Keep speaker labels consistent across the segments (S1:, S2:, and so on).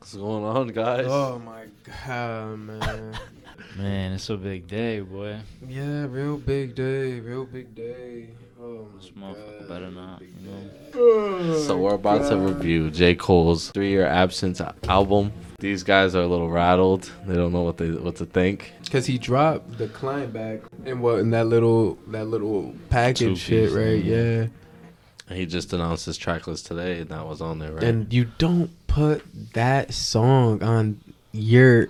S1: is going on, guys?
S2: Oh my god, man.
S3: Man, it's a big day, boy.
S2: yeah, real big day, real big day. Oh my
S3: This motherfucker
S2: god.
S3: better not, you know?
S1: so we're about to review J. Cole's three-year absence album. These guys are a little rattled. They don't know what they what to think.
S2: Cause he dropped the client back and what in that little that little package shit,
S3: Two-piece,
S2: right? Yeah.
S1: And He just announced his track list today, and that was on there, right?
S2: And you don't put that song on your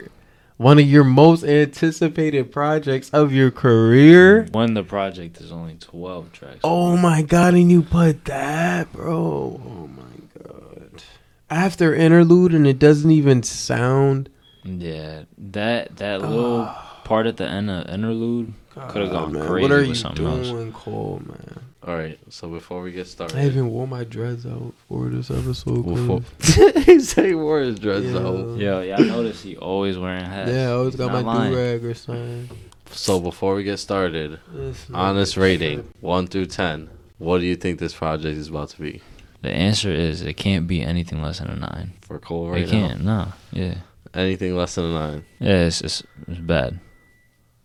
S2: one of your most anticipated projects of your career.
S3: When the project is only 12 tracks.
S2: Oh my god, and you put that, bro. Oh my god. After interlude and it doesn't even sound
S3: Yeah, that that little
S2: Ah.
S1: Oh,
S3: part at the end of interlude could have
S2: God,
S3: gone
S2: man,
S3: crazy
S2: What are
S3: with
S2: you
S3: something else.
S2: doing, Cole, man?
S1: All right. So before we get started,
S2: I haven't wore my dreads out for this episode.
S1: before
S2: Cole.
S1: he said he wore his dreads
S2: Yeah.
S1: out.
S3: Yo, yeah, I noticed he always wearing hats.
S2: Yeah, I always
S3: He's
S2: got
S3: not
S2: my do rag or something.
S1: So before we get started,
S2: This
S1: honest
S2: nigga
S1: rating one through ten. What do you think this project is about to be
S3: The answer is it can't be anything less than a nine.
S1: for Cole right
S3: it
S1: now?
S3: can't. Nah. Yeah.
S1: Anything less than a nine.
S3: Yeah. It's it's, it's bad.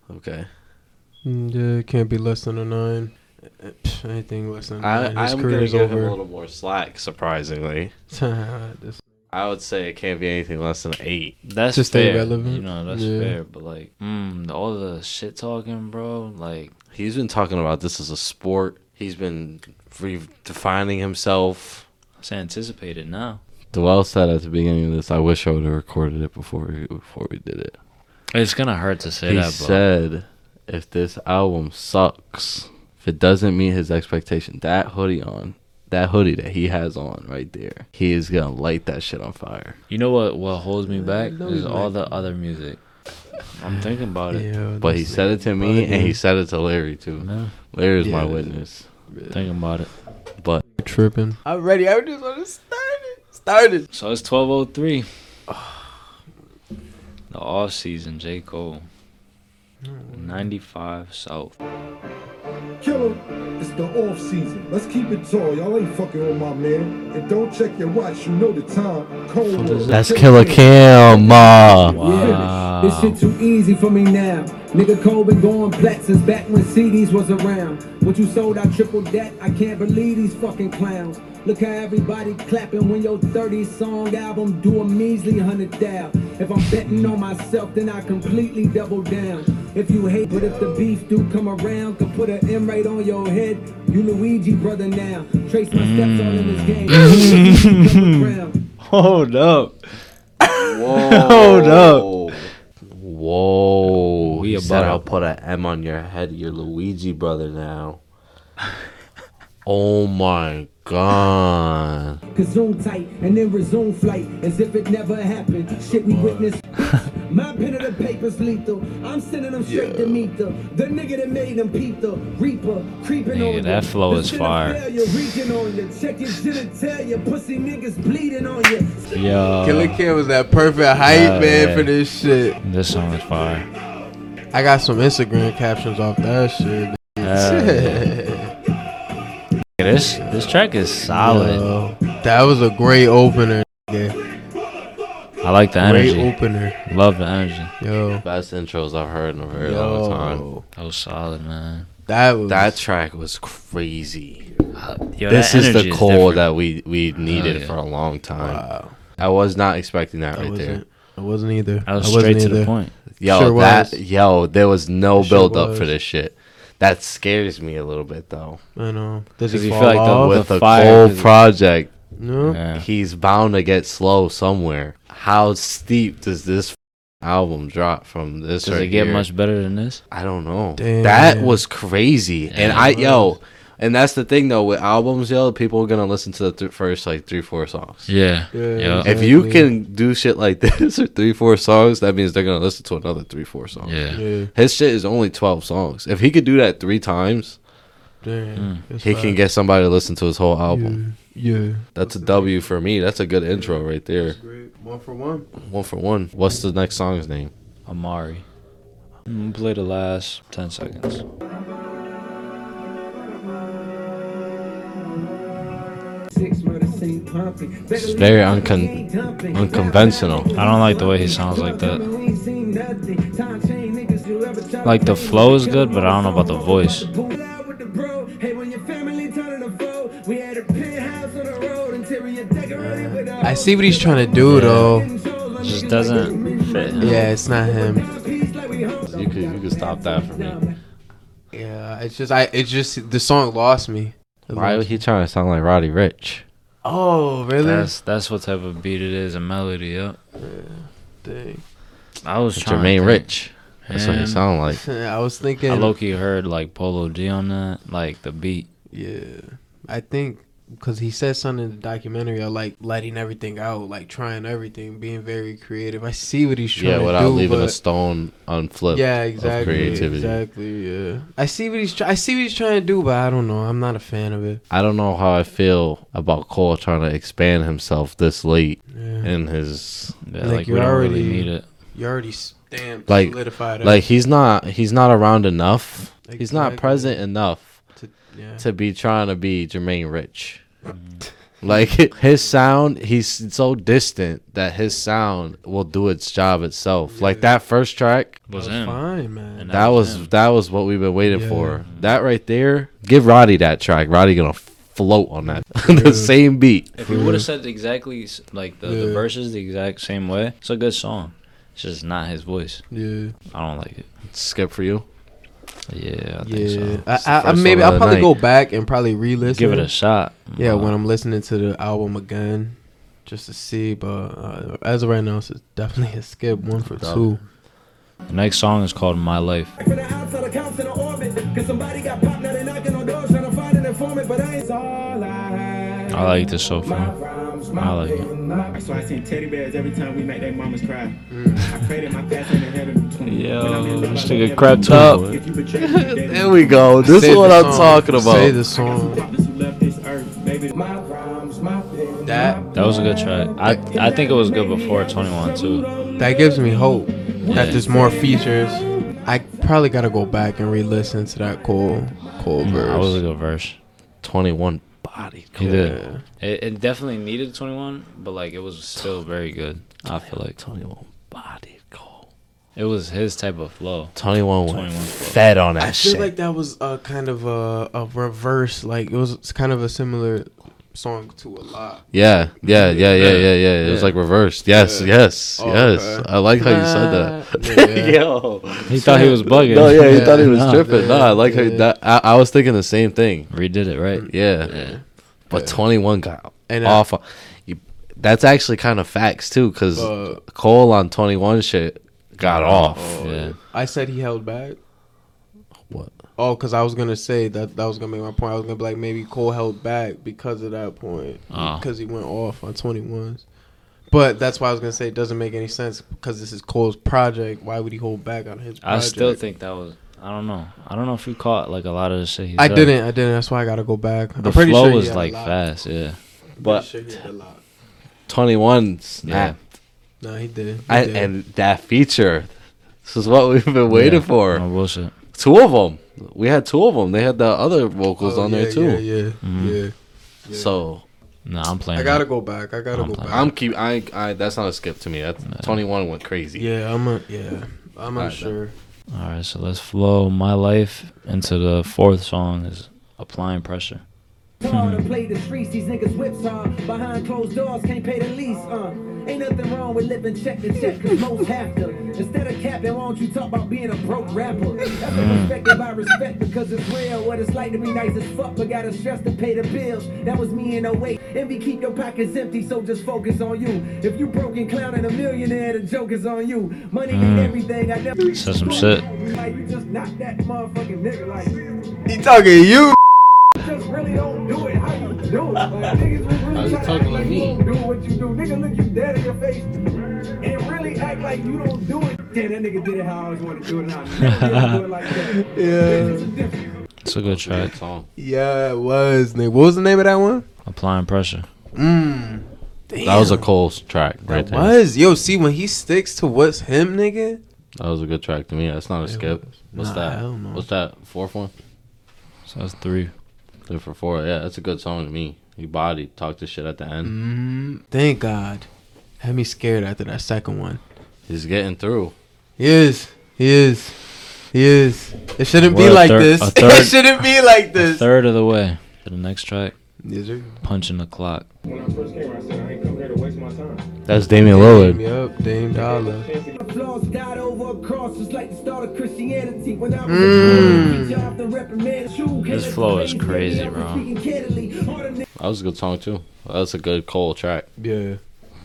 S1: Okay.
S2: Mm, Yeah, it can't be less than a nine. Uh, pff, Anything less than a
S1: I,
S2: nine, his
S1: I'm gonna
S2: career's
S1: give him a
S2: over.
S1: little more slack. Surprisingly,
S2: This-
S1: I would say it can't be anything less than an eight.
S3: That's
S2: To stay
S3: fair.
S2: relevant.
S3: You know, that's
S2: Yeah.
S3: fair. But like, mm, all the shit talking, bro. Like,
S1: He's been talking about this as a sport. He's been redefining himself.
S3: it's anticipated now.
S1: Dwell said at the beginning of this, "I wish I would have recorded it before we, before we did it."
S3: It's gonna hurt to say
S1: he
S3: that, but
S1: said, "If this album sucks, if it doesn't meet his expectation, that hoodie on, that hoodie that he has on right there, he is gonna light that shit on fire."
S3: you know what? What holds me back
S2: No,
S3: is
S2: you
S3: all
S2: might.
S3: the other music. I'm thinking about it.
S2: Yeah,
S1: But he
S2: this
S1: said it to me,
S2: bugging.
S1: and he said it to Larry too.
S3: No,
S1: Larry's my
S2: Yeah.
S1: witness.
S3: thinking about it.
S1: But
S2: nigga tripping. I'm ready. I just want to start it. Start it.
S3: So it's twelve oh three. The off season, J Cole, ninety five South.
S4: Killer, it's the off season. Let's keep it tall. Y'all ain't fucking with my man. And don't check your watch. You know the time. Cold War.
S1: that's Killer Cam. uh,
S3: Wow.
S5: This shit too easy for me now. Nigga Cole been going plat since back when CDs was around. What you sold, I tripled that. I can't believe these fucking clowns. Look how everybody clapping when your 30 song album do a measly hundred thou. If I'm betting on myself, then I completely double down. If you hate, but if the beef do come around, could put an M right on your head. You Luigi brother now. Trace my steps all in this game. Double crown.
S3: Hold up.
S1: Hold up. Whoa.
S3: We
S1: We
S3: about-
S1: said I'll put an M on your head. You're Luigi brother now. oh my god.
S5: consume tight and then resume flight as if it never happened. Shit we witnessed. My pen of the paper's lethal. I'm sending them straight to meet the the nigga that made them peep the reaper creeping
S3: Nigga,
S5: on
S3: that
S5: you.
S3: flow
S5: The
S3: is
S5: shit
S3: fire.
S5: Failure, reaching on you. Check your genitalia, pussy niggas bleeding on you.
S3: Yo,
S2: Killer Kid was that perfect hype
S3: Yeah,
S2: man
S3: Uh, yeah.
S2: for this shit.
S3: this song is fire.
S2: I got some Instagram captions off that shit.
S3: Hell Uh, This this track is solid.
S2: Yo, that was a great opener. nigga.
S3: I like the
S2: Great
S3: energy.
S2: opener.
S3: Love the energy.
S2: Yo.
S1: Best intros I've heard in a very long time.
S2: Yo.
S3: That was solid, man.
S2: That was
S1: That track was crazy.
S3: Yo,
S1: this
S3: that
S1: is the
S3: energy
S1: Cole
S3: different.
S1: that we, we needed
S3: yeah.
S1: for a long time.
S2: wow.
S1: I was not expecting that
S2: I
S1: right there.
S2: wasn't. I wasn't either.
S3: That was
S2: I
S3: straight
S2: wasn't
S3: to
S2: either.
S3: the point.
S1: Yo,
S2: Sure
S1: that
S2: was.
S1: yo, there was no
S2: Sure
S1: build up for
S2: was.
S1: this shit. That scares me a little bit though.
S2: I know. Does
S3: Because
S2: he
S3: you
S2: fall
S3: feel like Oh, the-
S2: off?
S3: with
S1: With a
S3: fire,
S1: Cole
S3: 'cause it-
S1: project,
S2: no.
S3: Yeah.
S1: he's bound to get slow somewhere. How steep does this f- album drop from this?
S3: Does
S1: right
S3: it get
S1: here?
S3: much better than this?
S1: I don't know.
S2: Damn.
S1: That was crazy, and
S3: Yeah,
S1: I
S2: it was.
S1: yo, and that's the thing though with albums, yo, people are gonna listen to the th- first like three four songs.
S3: Yeah.
S2: Yeah,
S3: Yeah.
S1: If you
S2: Exactly.
S1: can do shit like this or three four songs, that means they're gonna listen to another three four songs.
S3: Yeah.
S2: Yeah.
S1: His shit is only twelve songs. If he could do that three times,
S2: Damn. That's
S1: he can
S2: fire.
S1: get somebody to listen to his whole album.
S2: Yeah. yeah.
S1: That's a W for me. That's a good intro right there.
S2: That's great. One for one.
S1: One for one. What's the next song's name?
S3: Amari. I'm gonna play the last ten seconds.
S5: Six murder
S6: It's
S1: very uncon- unconventional.
S3: I don't like the way he sounds like that. Like, the flow is good, but I don't know about the voice.
S2: I see what he's trying to do
S3: Yeah.
S2: though.
S3: Just doesn't fit him.
S2: Yeah, it's not him.
S1: You could you could stop that for me.
S2: Yeah, it's just I. It's just the song lost me. It
S1: Why
S2: lost-
S1: was he trying to sound like Roddy Rich?
S2: Oh really?
S3: That's that's what type of beat it is, a melody. Yep.
S2: Dang.
S3: I was trying to
S1: Jermaine
S3: think.
S1: Rich. That's what he
S3: Man.
S1: sound like.
S2: I was thinking.
S3: I low key heard like Polo G on that, like the beat.
S2: Yeah, I think because he said something in the documentary, I like letting everything out, like trying everything, being very creative. I see what he's trying
S1: Yeah,
S2: to
S1: without
S2: do,
S1: leaving a
S2: but-
S1: stone unflipped.
S2: yeah,
S1: of
S2: exactly,
S1: creativity.
S2: exactly. Yeah, I see what he's try- I see what he's trying to do, but I don't know. I'm not a fan of it.
S1: I don't know how I feel about Cole trying to expand himself this late
S2: Yeah.
S1: in his
S3: Yeah,
S2: Like,
S3: like,
S2: you
S3: we don't really
S2: already-
S3: need it.
S2: you already stamped,
S1: Like-
S2: solidified,
S1: like he's not he's not around enough. He's
S2: Exactly.
S1: not present enough
S2: To, yeah.
S1: to be trying to be Jermaine Rich. Like his sound, he's so distant that his sound will do its job itself. Like that first track,
S3: Was
S2: That's
S3: him.
S2: fine, man.
S3: And
S1: that
S3: That was
S1: was
S3: him.
S1: that was what we've been waiting
S2: Yeah.
S1: for. That right there, give Roddy that track. Roddy gonna float on that
S2: Yeah.
S1: the same beat.
S3: If you would have said exactly s- like the,
S2: Yeah.
S3: the verses the exact same way, it's a good song. It's just not his voice.
S2: Yeah,
S3: I don't like it.
S1: Skip for you.
S3: Yeah, I think
S2: yeah.
S3: so.
S2: I,
S1: the
S2: I, I
S1: first
S2: maybe
S1: one of
S2: I'll
S1: the
S2: probably
S1: night.
S2: go back and probably re-listen.
S3: Give it a shot.
S2: Yeah,
S3: Uh,
S2: when I'm listening to the album again, just to see. But uh, as of right now, it's definitely a skip one for
S1: Dub.
S2: two.
S3: the next song is called My Life.
S6: For the outside accounts in the orbit, cause somebody got popped, now they knocking on doors trying to find an informant, but I ain't all I
S3: I like this so
S6: My
S3: far.
S6: rhymes,
S3: I
S6: my
S3: like it.
S6: pen, my-
S5: So I send teddy bears every time we make their mamas cry. I pray that my past ain't ahead of the 20. When I'm
S3: Mm. Yo,
S5: in love,
S3: this
S5: I love
S3: nigga
S5: every
S3: crept
S5: moment.
S3: up.
S5: If you betray me, then
S1: There we go. This
S2: Say
S1: is
S2: the
S1: what I'm
S2: song.
S1: talking
S2: Say
S1: about.
S2: the
S5: I got some
S2: song.
S5: poppers who left this earth, baby.
S6: my rhymes, my pen,
S2: That-
S6: my
S3: That was a good track. I I think it was good before 21 too.
S2: That gives me hope that
S3: Yeah.
S2: there's more features. I probably gotta go back and re-listen to that Cole Cole
S1: Mm,
S3: That was a
S2: verse.
S3: good verse.
S1: Twenty one body.
S3: He
S1: Cole.
S3: did. It, it definitely needed 21, but like it was still very good. I feel like
S1: Twenty one body. Cole.
S3: it was his type of flow.
S1: Twenty one went
S3: 21.
S1: fed on that
S2: I feel
S1: shit.
S2: like that was a kind of a, a reverse. Like it was it's kind of a similar song to a lot.
S1: yeah, yeah, yeah, yeah, yeah, yeah. It was
S2: Yeah.
S1: like reversed. Yes,
S2: Yeah.
S1: yes,
S2: Oh,
S1: yes.
S2: okay.
S1: I like how you said that.
S2: Yeah.
S1: Yo,
S3: He thought he was bugging.
S1: no, Oh, yeah, he
S2: Yeah.
S1: thought he was
S3: Nah.
S1: tripping. Nah, I like how you-
S2: Yeah.
S1: that. I, I was thinking the same thing.
S3: Redid it right.
S1: Yeah, but twenty one got
S2: And, uh,
S1: off. You- that's actually kind of facts too, because
S2: Uh, Oh,
S1: Cole on twenty one shit got off.
S3: Yeah.
S2: I said he held back.
S1: What?
S2: Oh, because I was gonna say that that was gonna be my point. I was gonna be like maybe Cole held back because of that point
S3: Oh.
S2: because he went off on twenty ones. But that's why I was gonna say it doesn't make any sense because this is Cole's project. Why would he hold back on his?
S3: I
S2: Project?
S3: still think that was. I don't know. I don't know if you caught like a lot of the shit. He
S2: I
S3: said.
S2: didn't. I didn't. That's why I gotta go back.
S3: The
S2: I'm pretty
S3: flow
S2: sure he
S3: was
S2: had a
S3: like
S2: lot.
S3: fast. Yeah.
S2: Pretty
S1: But-
S2: sure he had a lot.
S1: Twenty one snapped.
S2: no, he did. He
S1: I,
S2: did.
S1: and that feature. This is what we've been waiting
S3: Yeah.
S1: for.
S3: No bullshit.
S1: Two of them. We had two of them. They had the other vocals
S2: Oh,
S1: on
S2: yeah,
S1: there too.
S2: Yeah, yeah,
S3: Mm-hmm.
S2: yeah. yeah.
S1: So
S3: Nah, I'm playing.
S2: I gotta go back. I gotta
S3: I'm
S2: go
S3: playing.
S2: back.
S1: I'm keep. I. I. That's not a skip to me. That's twenty one went crazy.
S2: yeah, I'm. A, yeah, I'm
S1: Alright,
S2: unsure.
S3: All right, so let's flow my life into the fourth song is applying pressure.
S6: Hard to play the streets, these niggas whips on. Behind closed doors, can't pay the lease, uh. Ain't nothing wrong with living check to check, cause most have to. Instead of capping, why don't you talk about being a broke rapper? That's mm. respected by respect because it's real. What it's like to be nice as fuck, but gotta stress to pay the bills. That was me in 08. Envy keep your pockets empty, so just focus on you. If you broke and clown and a millionaire, the joke is on you. Money ain't everything, I never.
S3: Said Mm. some shit.
S6: Like, you just knocked that motherfucking nigga like.
S2: He talking you.
S6: Just really don't do it how you do it. Like, niggas was really trying to act like you don't do what you do. Nigga look you dead in your face and really act like you don't do it. Damn, that nigga did it how I always wanted to do it. And I never did do it like that. It's
S2: Yeah,
S6: a difference.
S3: It's a good track.
S1: song.
S2: yeah, it was. Nick. What was the name of that one?
S3: Applying pressure.
S2: Mm.
S1: That was a Cole's track right
S2: That
S1: there.
S2: was yo. See when he sticks to what's him, nigga.
S1: That was a good track to me. That's not a skip. What's
S2: Nah, I
S1: that?
S2: don't know.
S1: What's that? Fourth one.
S3: So that's three.
S1: Three for four. Yeah, that's a good song to me. He bodied, talked his shit at the end.
S2: Mm, thank God. Had me scared after that second one.
S1: He's getting through.
S2: He is. He is. He is. It shouldn't
S3: We're
S2: be
S3: a
S2: like
S3: third-
S2: this.
S3: a
S2: it
S3: third-
S2: shouldn't be like
S3: A
S2: this.
S3: third of the way to the next track,
S2: Yes, sir.
S3: punching the clock.
S5: When I first came here, I said I ain't come here to waste my time.
S1: That's Damian Lillard.
S2: Yep, Dame Dollar.
S6: Flaws died over a cross, just like the start of Christianity. When I was
S2: Mm.
S3: This flow is crazy, bro.
S1: That was a good song too. That was a good Cole track.
S2: Yeah.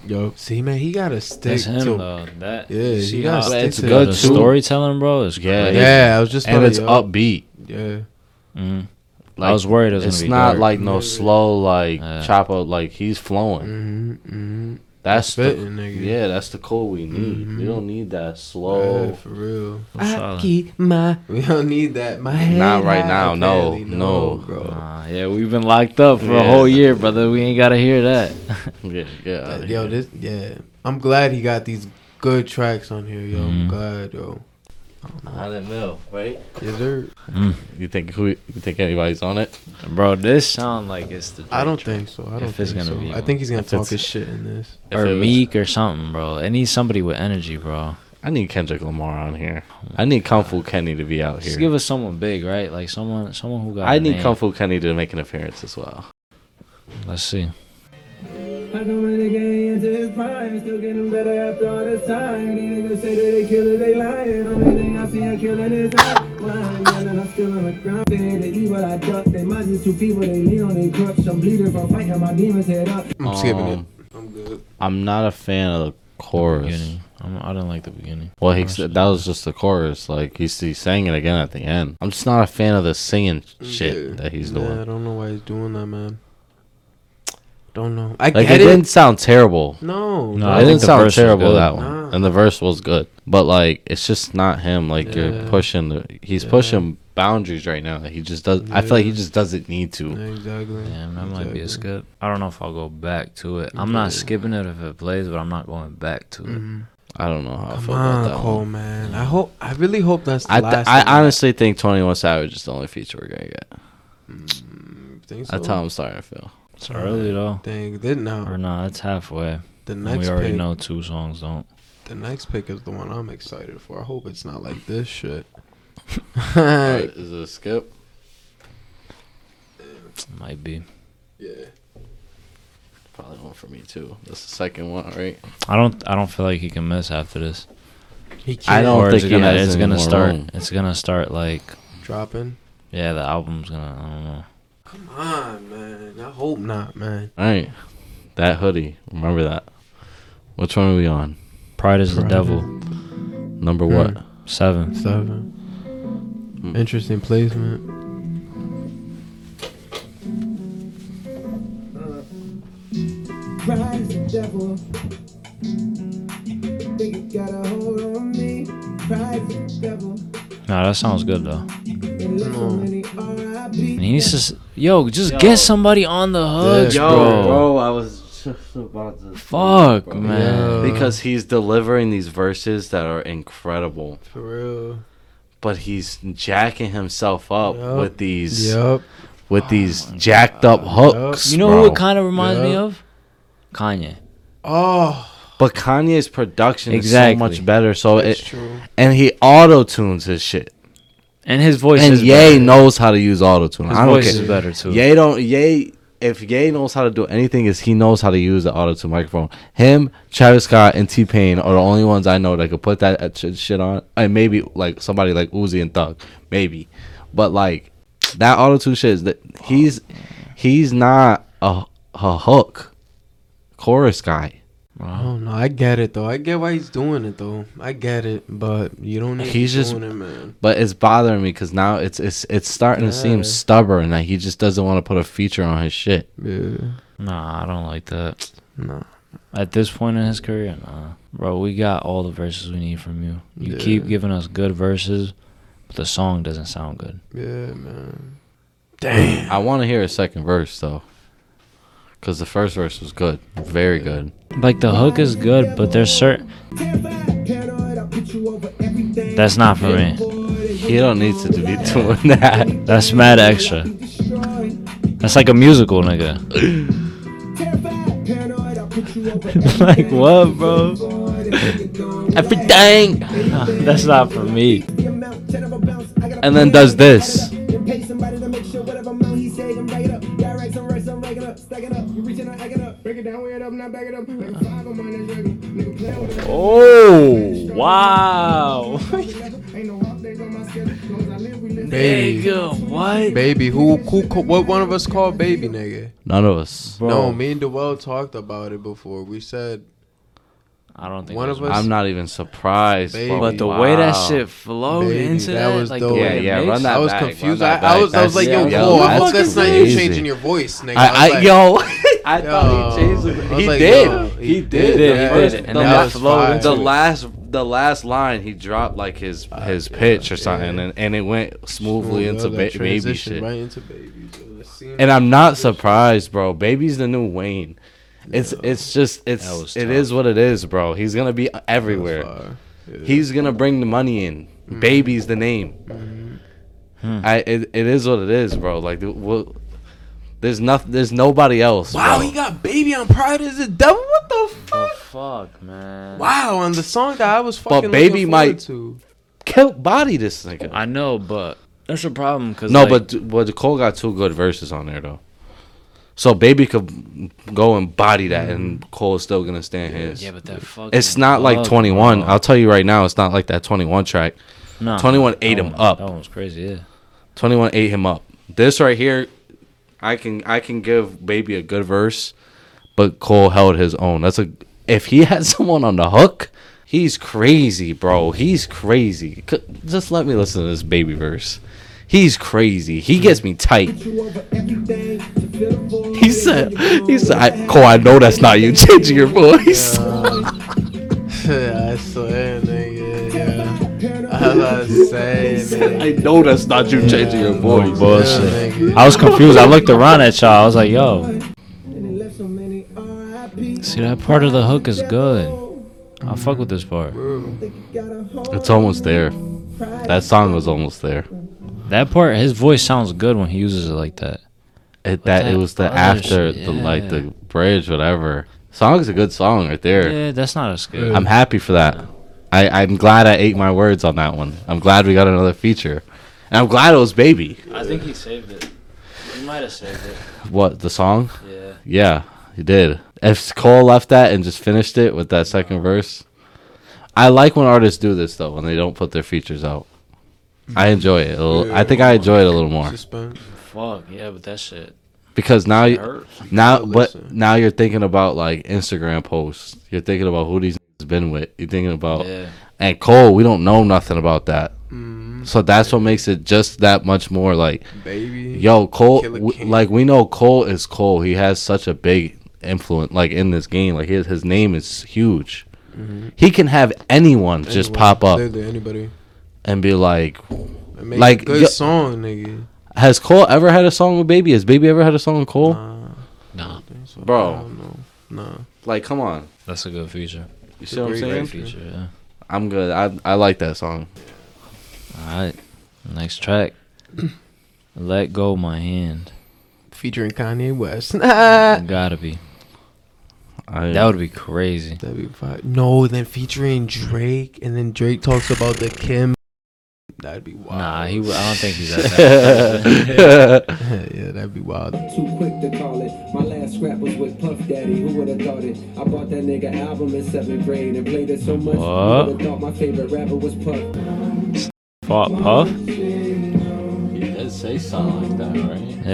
S2: Yo. See, man, he gotta stick
S3: That's him
S2: to.
S3: though. That
S2: Yeah, you
S3: see
S2: gotta
S3: how
S2: stick
S1: it's
S2: to
S1: good
S3: the
S1: too.
S3: storytelling, bro, is
S1: Yeah,
S3: great.
S2: Yeah, I was just
S1: and
S2: about
S1: it's
S2: to-
S1: upbeat.
S2: Yeah.
S3: hmm
S1: Like,
S3: I was worried it was gonna
S1: it's
S3: be
S1: not
S3: dark.
S1: like no slow like
S3: Yeah.
S1: chop up. Like he's flowing.
S2: Mm-hmm, mm-hmm.
S1: That's the,
S2: Spitting, nigga.
S1: yeah. That's the Cole we need. We don't need that slow.
S2: Yeah, for real.
S3: I'm solid.
S2: keep my. We don't need that. My head.
S1: Not right
S2: high,
S1: now, no,
S2: Kelly.
S1: no.
S2: bro.
S3: Nah, yeah, we've been locked up for a whole
S1: Yeah.
S3: year, brother. We ain't gotta hear that.
S1: Yeah, yeah.
S2: That- Uh, yo, this yeah. I'm glad he got these good tracks on here, yo. I'm
S3: Mhm.
S2: glad, yo.
S1: hundred mil, right?
S2: Yes, sir.
S1: You think who? You think anybody's on it?
S3: bro, this sound like it's the
S2: I don't
S3: Drake
S2: think so. I don't
S3: If it's
S2: think
S3: gonna
S2: so.
S3: be
S2: I
S3: one.
S2: think he's gonna
S1: If
S2: talk
S1: it's-
S2: his shit in this.
S1: If
S3: or
S1: it was-
S3: Meek or something, bro. It needs somebody with energy, bro.
S1: I need Kendrick Lamar on here. I need Kung Fu Kenny to be out
S3: Just
S1: here.
S3: give us someone big, right? Like someone, someone who got.
S1: I
S3: a
S1: need
S3: name.
S1: Kung Fu Kenny to make an appearance as well.
S3: Let's see.
S6: How come a nigga ain't into his prime? Still getting better after all this time. These niggas say that they kill it, they lying. Only thing I see, I'm killing is I. Lying, yelling, I'm still on the ground. Fear the evil I duck. They minds is too feeble, they lean on their crutch. I'm bleeding from fighting my demons head up.
S2: I'm skipping it.
S1: Um, I'm not a fan of the chorus.
S3: Beginning. I'm, I didn't like the beginning.
S1: Well, he said that was just the chorus. Like he's he sang it again at the end. I'm just not a fan of the singing shit
S2: Yeah.
S1: that he's
S2: Nah, I
S1: doing.
S2: don't know why he's doing that, man. Don't know. I
S1: Like it,
S2: get it.
S1: didn't sound terrible.
S2: No,
S3: No,
S2: no.
S1: it
S3: I think
S1: didn't
S3: the
S1: sound
S3: verse was
S1: terrible
S3: good.
S1: that one,
S2: Nah.
S1: and the verse was good. But like, it's just not him. Like
S2: Yeah.
S1: you're pushing. The, he's
S2: Yeah.
S1: pushing boundaries right now. that He just does. I feel like he
S2: Yeah.
S1: just doesn't need to.
S2: Yeah, exactly.
S3: Damn, that might be a
S2: Exactly.
S3: skip. I don't know if I'll go back to it. I'm not
S2: Yeah.
S3: skipping it if it plays, but I'm not going back to it.
S2: Mhm.
S1: I don't know how I
S2: Come
S1: feel
S2: on,
S1: about that
S2: Cole,
S1: one.
S2: man. I hope. I really hope that's the
S1: I, th-
S2: last.
S1: I
S2: one.
S1: honestly think Twenty One Savage is the only feature we're gonna get.
S2: Mm, think so.
S1: That's how I'm starting to feel.
S3: It's early though.
S2: Dang, then now
S3: Or nah, it's halfway.
S2: the
S3: And
S2: next
S3: we already
S2: pick.
S3: know two songs don't.
S2: The next pick is the one I'm excited for. I hope it's not like this shit.
S1: Uh, is it a skip?
S3: Might be.
S2: yeah.
S1: Probably one for me too. That's the second one, right?
S3: I don't. I don't feel like he can miss after this.
S2: He
S1: I
S2: can't
S1: don't
S3: Or
S1: think
S3: it's
S1: he
S3: gonna.
S1: has
S3: It's
S1: any
S3: gonna
S1: more
S3: start.
S1: room.
S3: It's gonna start like.
S2: drop in.
S3: Yeah, the album's gonna. I don't know.
S2: Come on, man. I hope not, man.
S1: All right. That hoodie. Remember that. Which one are we on?
S3: Pride is the
S2: Pride
S3: devil.
S1: Number
S2: Hmm.
S1: what?
S3: Seven.
S2: Seven.
S1: Mm.
S2: Interesting placement.
S6: Pride's the devil. Think it got a hold on me. Pride's the devil.
S3: Nah, that sounds good though.
S6: And left so many R.I.P.
S3: And he needs to. s- Yo, just get somebody on the hooks,
S2: Yo,
S3: bro.
S1: I was just about to.
S3: Fuck, man.
S2: Yeah.
S1: Because he's delivering these verses that are incredible,
S2: For real.
S1: but he's jacking himself up
S2: Yup. Oh
S1: with these
S2: Yep.
S1: with these jacked up hooks.
S3: You know who it
S1: bro.
S3: kind of reminds me
S2: Yeah.
S3: of? Kanye.
S2: Oh,
S1: But Kanye's production is so
S3: Exactly.
S1: much better. So
S2: that's
S1: it,
S2: true.
S1: and he auto tunes his shit.
S3: And his voice
S1: And
S3: is
S1: Ye
S3: better.
S1: knows how to use auto tune.
S3: His
S1: I don't
S3: voice
S1: care.
S3: is better too.
S1: Ye don't Ye if Ye knows how to do anything is he knows how to use the auto tune microphone. Him, Travis Scott, and T Pain are the only ones I know that could put that uh, sh- shit on. And maybe like somebody like Uzi and Thug, maybe. But like that auto tune shit is that he's he's not a a hook chorus guy.
S2: I don't know. I get it though. I get why he's doing it though. I get it, but you don't need
S1: He's
S2: he's
S1: just-
S2: doing it, man.
S1: But it's bothering me because now it's it's it's starting to
S2: Yeah.
S1: seem stubborn that he just doesn't want to put a feature on his shit.
S2: Yeah.
S3: Nah, I don't like that.
S2: Nah.
S3: At this point in his career, nah. Bro, we got all the verses we need from you. You
S2: Yeah.
S3: keep giving us good verses, but the song doesn't sound good.
S2: Yeah, man. Damn.
S1: I want to hear a second verse though, because the first verse was good, very good.
S3: Like the hook is good, but there's certain
S6: Terrified, paranoid, I'll put you over everything.
S3: That's not for me.
S1: He don't need to be doing that.
S3: that's mad extra.
S6: Destroy.
S3: That's like a musical, nigga.
S4: like
S3: what, bro?
S4: Everything.
S3: That's not for me.
S4: And then does this.
S3: Oh, wow.
S2: Baby.
S3: what?
S2: Baby, who, who, ca- what one of us called baby, nigga?
S1: None of us.
S2: No, me and Dewell talked about it before. We said
S3: I don't think
S2: One
S3: it
S2: of
S3: was-
S2: us-
S1: I'm not even surprised.
S2: Baby.
S1: bro.
S3: But the way that
S1: Wow.
S3: shit flowed
S2: Baby,
S3: into
S2: that
S3: that,
S2: was
S3: like
S2: dope.
S3: the way
S1: Yeah,
S3: it
S1: yeah,
S3: mixed-
S1: run that
S2: I was
S1: back,
S2: confused.
S1: run
S2: I,
S1: that
S2: I was,
S1: back.
S2: I was like, yo,
S1: That's-
S3: yeah,
S2: Cole,
S3: yo,
S2: I hope
S3: that's
S2: that's not you
S1: crazy.
S2: changing your voice, nigga.
S1: I, I,
S2: was like,
S1: yo, I thought he
S2: Yo.
S1: changed.
S2: I
S1: It.
S2: was
S1: He,
S2: like,
S1: did.
S2: yo,
S1: he
S2: he
S1: did.
S2: did.
S1: the
S3: Yeah, he
S1: first-
S3: did,
S1: The
S3: and then
S1: last,
S3: that flowed
S2: fire.
S1: the
S3: into it.
S1: last, the last line, he dropped like his his pitch or something, and, and it went smoothly
S2: Yo,
S1: into
S2: that
S1: ba- baby
S2: transition
S1: shit.
S2: Right into baby. yo. That scene-
S1: And I'm not surprised, bro. Baby's the new Wayne. It's it's just
S3: That was
S1: it's it
S3: tough.
S1: is what it is, bro. He's gonna be everywhere.
S2: Fire. Yeah.
S1: He's gonna bring the money in.
S3: Mm-hmm.
S1: Baby's the name. I it, it is what it is, bro. Like th- well, there's nothing. There's nobody else.
S2: Wow,
S1: bro.
S2: he got baby on Pride is the devil. What the
S3: Oh,
S2: fuck?
S3: fuck, man.
S2: Wow, on the song that I was
S1: But
S2: fucking.
S1: Baby
S2: looking
S1: might-
S2: forward to.
S1: Kill body this nigga.
S3: I know, but that's a problem. Cause
S1: no,
S3: like,
S1: but but Cole got two good verses on there though. So baby could go and body that, and Cole's still gonna stand his.
S3: Mm-hmm. yeah, but that fucking
S1: it's not like
S3: bug,
S1: 21.
S3: bro.
S1: I'll tell you right now, it's not like that 21 track.
S3: Nah,
S1: 21 ate
S3: that
S1: him
S3: one-
S1: up.
S3: That one was crazy. Yeah.
S1: 21 ate him up. This right here, I can I can give Baby a good verse, but Cole held his own. That's a if he had someone on the hook, he's crazy, bro. He's crazy. C- Just let me listen to this Baby verse. He's crazy. He gets me tight. He said, he said, I, Cole, I know that's not you changing your voice.
S2: I swear, nigga. Yeah. I was saying, nigga.
S1: I know that's not you changing your voice.
S3: Bullshit.
S2: nigga.
S3: I was confused. I looked around at y'all. I was like, yo, see that part of the hook is good. I fuck with this part.
S1: It's almost there. That song was almost there.
S3: That part, his voice sounds good when he uses it like that.
S1: It, that
S3: that
S1: it was the
S3: other
S1: after
S3: shit,
S1: the like
S3: yeah.
S1: the bridge, whatever. Song's a good song right there.
S3: Yeah, that's not as good.
S1: I'm happy for that. I, I'm glad I ate my words on that one. I'm glad we got another feature. And I'm glad it was baby.
S3: I think he saved it. He might have saved it.
S1: What, the song?
S3: Yeah.
S1: Yeah, he did. If Cole left that and just finished it with that second verse. I like when artists do this though, when they don't put their features out. I enjoy it. a little- I think I enjoy it a little more.
S2: Suspense.
S3: Fuck yeah, but that shit
S1: Because now you,
S3: hurts.
S1: Now,
S2: But
S1: but
S2: listen.
S1: now you're thinking about like Instagram posts. You're thinking about who these has been with. You're thinking about
S3: Yeah.
S1: and Cole. We don't know nothing about that,
S2: Mm,
S1: so that's what makes it just that much more like,
S2: baby.
S1: yo, Cole.
S2: Killer
S1: w-
S2: King.
S1: like we know Cole is Cole. He has such a big influence, like in this game. Like his his name is huge. He can have anyone just
S2: Mm-hmm. Anyone,
S1: pop up
S2: literally Anybody.
S1: and be like,
S2: And make
S1: Like,
S2: a good
S1: yo-
S2: song, nigga.
S1: "Has Cole ever had a song with Baby? Has Baby ever had a song with Cole?"
S2: Nah,
S3: Nah,
S2: so
S1: Bro.
S2: I don't know. Nah.
S1: Like, come on,
S3: that's a good feature.
S1: you see what I'm
S2: Great,
S1: saying?
S3: Great
S2: great
S3: feature. Yeah.
S1: I'm good. I I like that song.
S3: All right, next track. Let go my hand.
S2: Featuring Kanye West. Nah.
S3: Gotta be.
S1: I,
S3: That would be crazy.
S2: That'd be fire. No, then featuring Drake, and then Drake talks about the Kim. That'd be wild.
S3: Nah, he. w- I don't think he's that.
S2: yeah, that'd be wild.
S6: Too quick to call it. My last scrap was with Puff Daddy. Who would have thought it? I bought that nigga album in seventh grade and played it so much.
S3: What?
S6: Who would have thought my favorite rapper was Puff?
S3: Fought Puff.
S1: He did say something like that, right?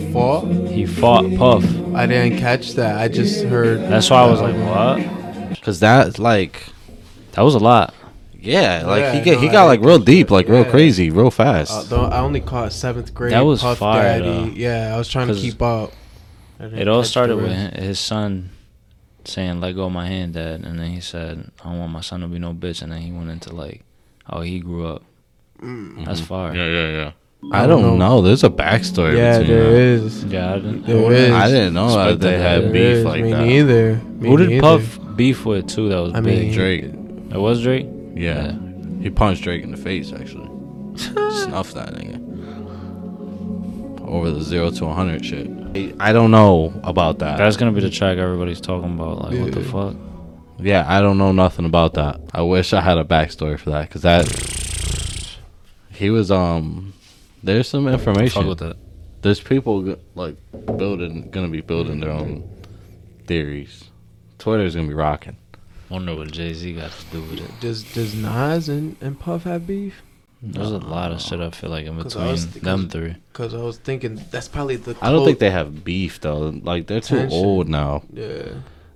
S3: Yeah,
S2: Fall?
S3: he fought Puff.
S2: I didn't catch that. I just heard.
S3: That's why I was like, what?
S1: Cause that's like,
S3: That was a lot.
S1: yeah, like he
S2: Yeah,
S1: get, he
S2: no,
S1: got
S2: I
S1: like
S2: didn't
S1: real
S2: catch
S1: deep,
S2: that.
S1: like real
S2: Yeah.
S1: crazy, real
S2: Uh,
S1: fast.
S2: though I only caught seventh grade.
S3: That was
S2: Puff
S3: fire,
S2: Daddy.
S3: though.
S2: Yeah, I was trying to
S3: Cause
S2: keep up. I didn't
S3: It all
S2: catch the
S3: started with
S2: rest.
S3: hi- his son saying, "Let go of my hand, Dad," and then he said, "I don't want my son to be no bitch," and then he went into like, "Oh, he grew up."
S2: Mm-hmm.
S3: That's fire. Yeah,
S1: yeah, yeah. I don't, know. There's a backstory.
S2: Yeah,
S1: between
S2: there
S1: that.
S2: is.
S3: I didn't.
S2: There is.
S1: I didn't know that
S3: Split
S1: they
S3: that
S1: had
S3: up.
S2: There
S1: beef
S2: is.
S1: like
S2: Me
S1: that.
S2: neither. Me
S3: Who did
S2: neither.
S3: Puff beef with too? That was
S2: I
S3: big.
S2: mean-
S1: Drake,
S3: It was Drake.
S1: yeah. he punched Drake in the face actually. Snuffed that nigga. over the zero to 100 shit. I- I don't know about that.
S3: That's gonna be the track everybody's talking about. Like, what the fuck?
S1: yeah, I don't know nothing about that. I wish I had a backstory for that because that he was um. There's some information.
S3: Fuck with that.
S1: there's people g- like building gonna be building their own theories. Twitter's gonna be rocking.
S3: Wonder what Jay Z got to do with it.
S2: Does does Nas and, and Puff have beef?
S3: There's a lot of shit I feel like in
S2: 'Cause I
S3: between
S2: was-
S3: them three.
S2: Cause I was thinking that's probably the.
S1: I don't
S2: clo-
S1: think they have beef though. Like they're too
S2: Tension.
S1: old now.
S2: Yeah.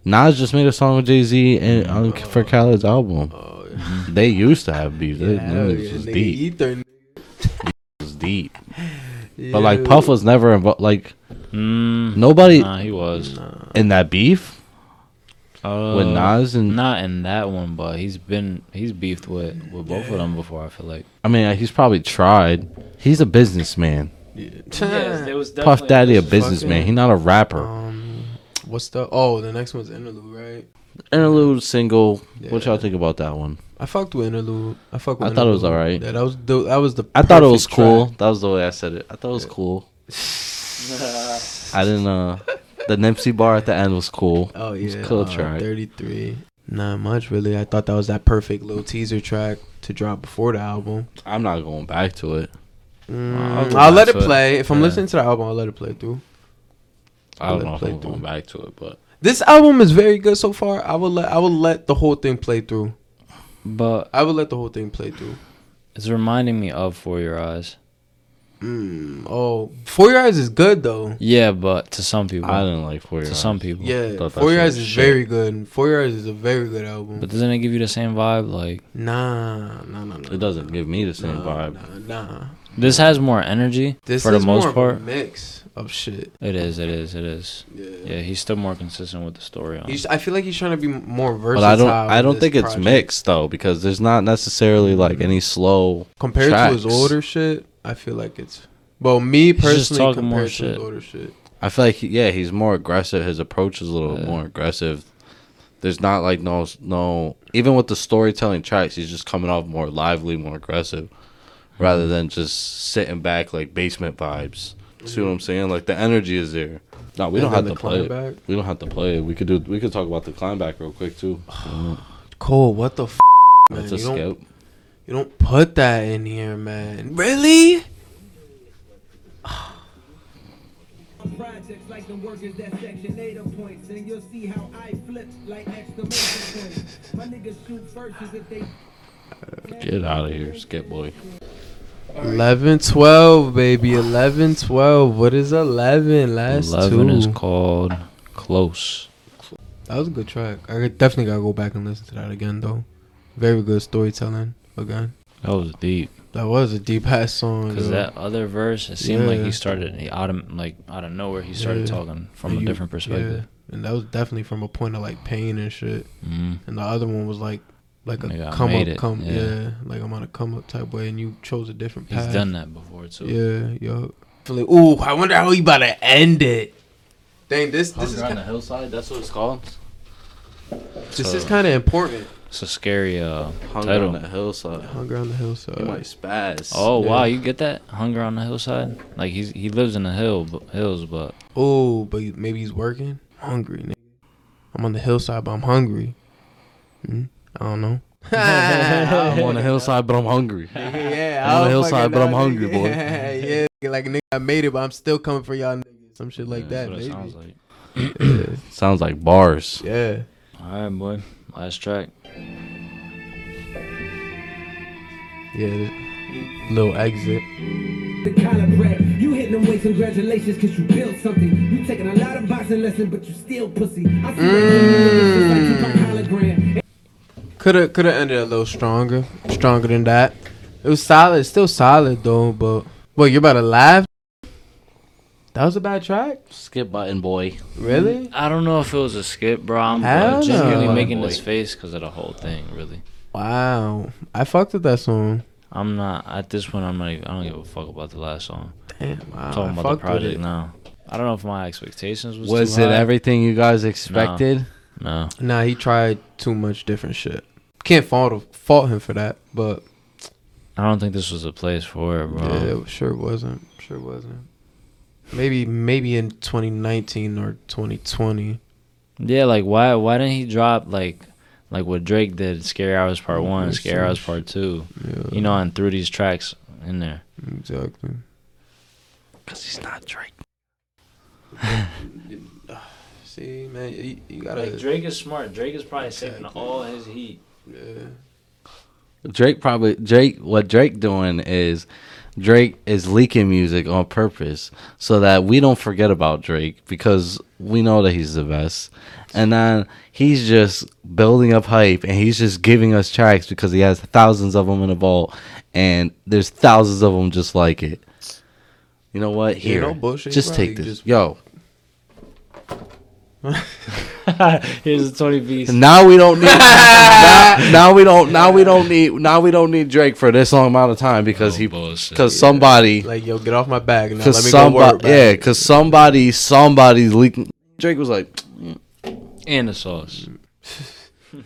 S1: Nas just made a song with Jay Z and um, for Khaled's album.
S2: Oh
S1: They used to have beef.
S2: yeah.
S1: They,
S2: hell
S1: it was
S2: yeah,
S1: just
S2: nigga,
S1: deep.
S2: Ether,
S1: It was deep. But like Puff was never involved. Like
S3: Mm,
S1: nobody
S3: Nah, he was.
S1: in that beef
S3: Uh,
S1: with Nas and
S3: Not in that one, but he's been he's beefed with with both of them before. I feel like.
S1: I mean he's probably tried. He's a businessman.
S2: Yeah.
S3: was
S1: Puff Daddy a businessman.
S2: fucking-
S1: He's not a rapper.
S2: um, what's the? Oh, the next one's interlude, right?
S1: Interlude single. What y'all
S2: Yeah.
S1: think about that one?
S2: I fucked with interlude. I fucked with.
S1: I thought it was
S2: Interlude.
S1: alright.
S2: Yeah, that was the. That was the.
S1: I thought it
S2: perfect
S1: was cool.
S2: track.
S1: That was the way I said it. I thought it was cool. I didn't. uh The Nipsey bar at the end was cool.
S2: Oh
S1: It was
S2: yeah,
S1: cool
S2: uh,
S1: track.
S2: thirty-three. Not much really. I thought that was that perfect little teaser track to drop before the album.
S1: I'm not going back to it.
S2: Mm,
S3: go
S2: I'll
S3: back
S2: let it
S3: to it.
S2: play. If I'm
S3: Yeah.
S2: listening to the album, I'll let it play through.
S1: I
S2: I'll
S1: don't know
S2: let
S1: if
S2: it
S1: I'm
S2: play
S1: going
S2: through.
S1: back to it, but
S2: This album is very good so far. I will let I will let the whole thing play through.
S3: But
S2: I will let the whole thing play through.
S3: it's reminding me of For Your Eyes.
S2: Mm, oh, Four Your Eyes is good though.
S3: Yeah, but to some
S2: Mm-hmm.
S3: people,
S1: I didn't like Four Your
S3: to
S1: Eyes.
S3: some people,
S1: thought
S2: Yeah,
S1: that
S2: Four
S1: shit
S2: Your Eyes
S1: was
S2: is
S1: shit.
S2: very good. Four Your Eyes is a very good album.
S3: But doesn't it give you the same vibe? Like
S2: nah, nah, nah, nah.
S1: It doesn't give me the same
S2: nah,
S1: vibe.
S2: Nah, nah.
S3: this has more energy
S2: This
S3: for the
S2: is
S3: most
S2: more of a
S3: part.
S2: mix of shit.
S3: It is, it is, it is.
S2: Yeah.
S3: Yeah, he's still more consistent with the story. On.
S2: He's, I feel like he's trying to be m- more versatile.
S1: But I don't. I
S2: with
S1: don't
S2: this
S1: think it's
S2: project.
S1: mixed though, because there's not necessarily like any slow
S2: compared to his
S1: tracks.
S2: older shit. I feel like it's well, me
S3: just
S2: personally
S3: talking more
S2: compared to his
S3: shit.
S2: older shit.
S1: I feel like he, yeah, he's more aggressive. His approach is a little
S3: Yeah.
S1: more aggressive. There's not like no no even with the storytelling tracks, he's just coming off more lively, more aggressive, rather than just sitting back like basement vibes. See what I'm saying? Like the energy is there. No, we
S2: And
S1: don't have to
S2: then the
S1: play.
S2: climb
S1: It.
S2: back.
S1: We don't have to play. it. We could do. We could talk about the climb back real quick too.
S2: Cole, what the f- man?
S1: That's a
S2: You don't,
S1: skip.
S2: you don't put that in here, man. Really?
S6: Projects like the workers that section eight points, and you'll see how I flip like exclamation points. My niggas shoot first as if they
S1: Get out of here, skip boy.
S2: 11 12, baby. 11 12. What is 11? Last
S3: Eleven
S2: two.
S3: is called Close.
S2: that was a good track. I could- definitely got to go back and listen to that again, though. Very good storytelling again.
S3: That was deep.
S2: That was a deep ass song.
S3: Cause
S2: yo.
S3: that other verse, it seemed like
S2: Yeah.
S3: he started he out of like out of nowhere. He started
S2: Yeah.
S3: talking from
S2: And
S3: a
S2: you-
S3: different perspective.
S2: yeah. And that was definitely from a point of like pain and shit.
S3: Mhm.
S2: and the other one was like like a
S3: Nigga, I
S2: come up
S3: made it,
S2: come
S3: yeah.
S2: yeah. like I'm on a come up type way and you chose a different
S3: He's
S2: path.
S3: done that before too.
S2: Yeah, yo. Feel like, ooh, I wonder how he about to end it. Dang, this this is
S1: on
S2: kinda,
S1: the hillside. That's what it's called.
S2: this is kind of important.
S3: It's a scary uh,
S1: Hunger on
S3: title.
S1: the hillside.
S2: Hunger on the hillside.
S1: You might spaz.
S3: Oh
S2: Yeah.
S3: wow, you get that hunger on the hillside? Like he's he lives in the hill but, hills, but
S2: Oh, but you- maybe he's working. Hungry. Nigga. I'm on the hillside, but I'm hungry. Hmm? I don't know.
S1: I'm on the hillside, but I'm hungry.
S2: yeah,
S1: I'm on the
S2: I don't
S1: hillside,
S2: fucking
S1: but I'm
S2: know,
S1: hungry,
S2: nigga.
S1: boy.
S2: yeah, yeah, like nigga, I made it, but I'm still coming for y'all. Niggas. Some shit like
S1: Yeah,
S2: that,
S3: what it
S2: maybe.
S3: sounds like.
S1: Sounds like bars.
S2: Yeah.
S3: All right, boy. Last track.
S2: Yeah. Little exit.
S6: the collar bread. You hitting them weights, congratulations, cause you built something. You taking a lot of boxing lessons, but you still pussy. I see mm. like you my hologram.
S2: Could have could have ended a little stronger, stronger than that. It was solid, still solid though. But what you're about to laugh? That was a bad track,
S1: Skip button, boy.
S2: really?
S1: Mm.
S3: I don't know if it was a skip, bro. I'm
S2: Hell
S3: uh, genuinely
S2: no.
S3: making
S1: Boy.
S3: this face because of the whole thing. Really,
S2: Wow, I fucked with that song.
S3: I'm not at this point. I'm not. Even, I don't give a fuck about the last song.
S2: Damn, wow,
S3: I'm talking
S2: I
S3: about the
S2: fucked with
S3: project
S2: it.
S3: now. I don't know if my expectations was.
S1: Was
S3: too
S1: it
S3: high.
S1: everything you guys expected?
S3: No.
S2: Nah, he tried too much different shit. Can't fault fault him for that, but
S3: I don't think this was a place for it, bro.
S2: yeah, it sure wasn't. Sure wasn't. Maybe maybe in 2019 or 2020.
S3: Yeah, like why why didn't he drop like like what Drake did, Scary Hours Part One,
S2: Makes
S3: Scary Hours
S2: sense.
S3: Part Two,
S2: Yeah,
S3: you know, and threw these tracks in there.
S2: exactly.
S3: Cause he's not Drake.
S2: See, man, you, you
S3: Like Drake is smart. Drake is probably saving all his heat.
S1: Drake probably Drake what Drake doing is Drake is leaking music on purpose so that we don't forget about Drake because we know that he's the best. And then he's just building up hype and he's just giving us tracks because he has thousands of them in the vault and there's thousands of them just like it. You know what?
S2: Yeah,
S1: Here,
S2: no bullshit,
S1: just
S2: probably
S1: take this.
S2: just-
S1: Yo,
S3: Here's a Tony B.
S1: now we don't need. now, now we don't. Now we don't need. Now we don't need Drake for this long amount of time because
S3: No
S1: he
S3: bullshit.
S1: because somebody
S2: Like, yo, get off my bag now. Let
S1: Cause
S2: me go work.
S1: somebody,
S2: about
S1: yeah,
S2: it.
S1: cause somebody, somebody's leaking. Drake was like,
S3: and the sauce.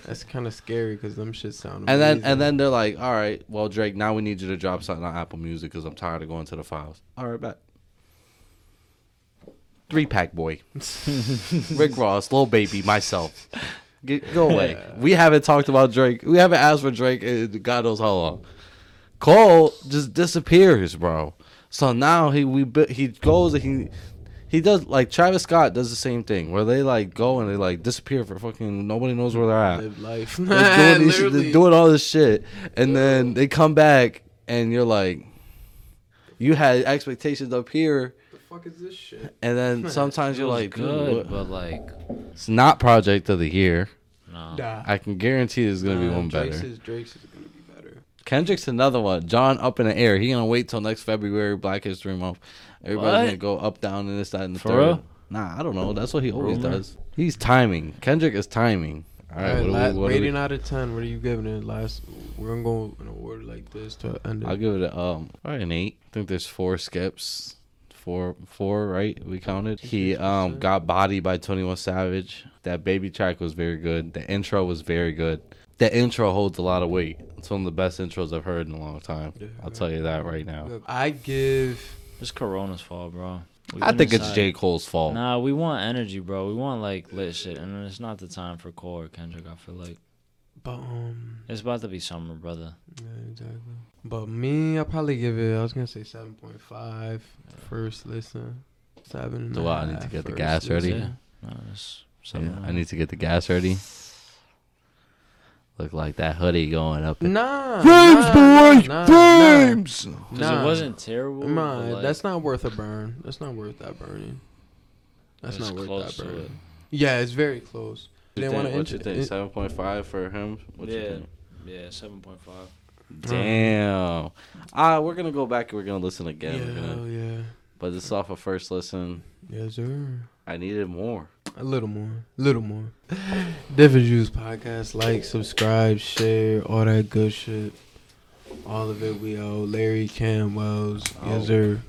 S2: that's kind of scary because them shit sound.
S1: and then
S2: amazing.
S1: and then they're like, all right, well, Drake, now we need you to drop something on Apple Music because I'm tired of going to the files. All right, back. Three pack boy, Rick Ross, Lil Baby, myself. Get, go away. We haven't talked about Drake. We haven't asked for Drake in God knows how long. Cole just disappears, bro. So now he we bu- he goes and he he does like Travis Scott does the same thing where they like go and they like disappear for fucking nobody knows where they're at.
S2: live life.
S1: They're doing, these,
S2: Literally.
S1: they're doing all this shit, and then they come back, and you're like, you had expectations up here,
S2: the fuck is this shit?
S1: and then sometimes you're
S3: It was
S1: like,
S3: good,
S1: good,
S3: but like
S1: it's not project of the year.
S3: no.
S2: Nah.
S1: Uh, I can guarantee there's gonna be
S2: Nah,
S1: one
S2: Drake's
S1: better.
S2: Is, Drake's is gonna be better.
S1: Kendrick's another one. John up in the air. He gonna wait till next February Black History Month. Everybody's
S3: What?
S1: gonna go up, down, and this, that, and the
S3: For
S1: third.
S3: real?
S1: Nah, I don't know. That's what he always
S3: Rumor?
S1: does. He's timing. Kendrick is timing. All
S2: All
S1: right,
S2: right,
S1: what do we-
S2: la-
S1: what do we-
S2: rating out of ten. What are you giving it? Last, we're gonna go an award like this to end it.
S1: I'll give it a, um probably an eight. I think there's four skips, four four right? We counted. He um got bodied by Twenty One Savage. That baby track was very good. The intro was very good. The intro holds a lot of weight. It's one of the best intros I've heard in a long time. I'll tell you that right now.
S2: Look, I give.
S3: It's Corona's fault, bro. We've
S1: I
S3: been
S1: think it's
S3: inside.
S1: J Cole's fault.
S3: Nah, we want energy, bro. We want like lit shit, and it's not the time for Cole or Kendrick. I feel like
S2: But um,
S3: it's about to be summer, brother.
S2: yeah, exactly. But me, I probably give it. I was gonna say seven point five first listen. Seven. and
S1: Do
S2: a
S1: what? I need to
S2: half
S1: get the
S2: first
S1: gas ready?
S2: listen.
S3: Yeah. No, it's
S1: Yeah,
S3: summer.
S1: I need to get the gas ready. Look like that hoodie going up. in-
S2: Nah,
S1: Flames,
S2: nah,
S1: boy,
S2: nah,
S1: flames.
S2: Nah,
S3: 'Cause
S2: nah.
S3: it wasn't terrible.
S2: Nah,
S3: but, like,
S2: that's not worth a burn. That's not worth that burning. That's
S3: it was
S2: not worth
S3: close
S2: that
S3: to
S2: burn.
S3: it.
S2: Yeah, it's very close. Didn't wanna
S1: What you
S2: inch-
S1: think? Seven point five for him. What you
S3: Yeah,
S1: think?
S3: yeah, seven point five.
S1: Damn. Ah, we're gonna go back and we're gonna listen
S2: Yeah,
S1: again. We're
S2: yeah,
S1: gonna-
S2: yeah.
S1: but this is off of first listen.
S2: Yes, sir.
S1: I needed more.
S2: A little more. little more. Different Juice Podcast. Like, subscribe, share, all that good shit. All of it. We owe Larry Cam Wells.
S1: Oh.
S2: Yes, sir.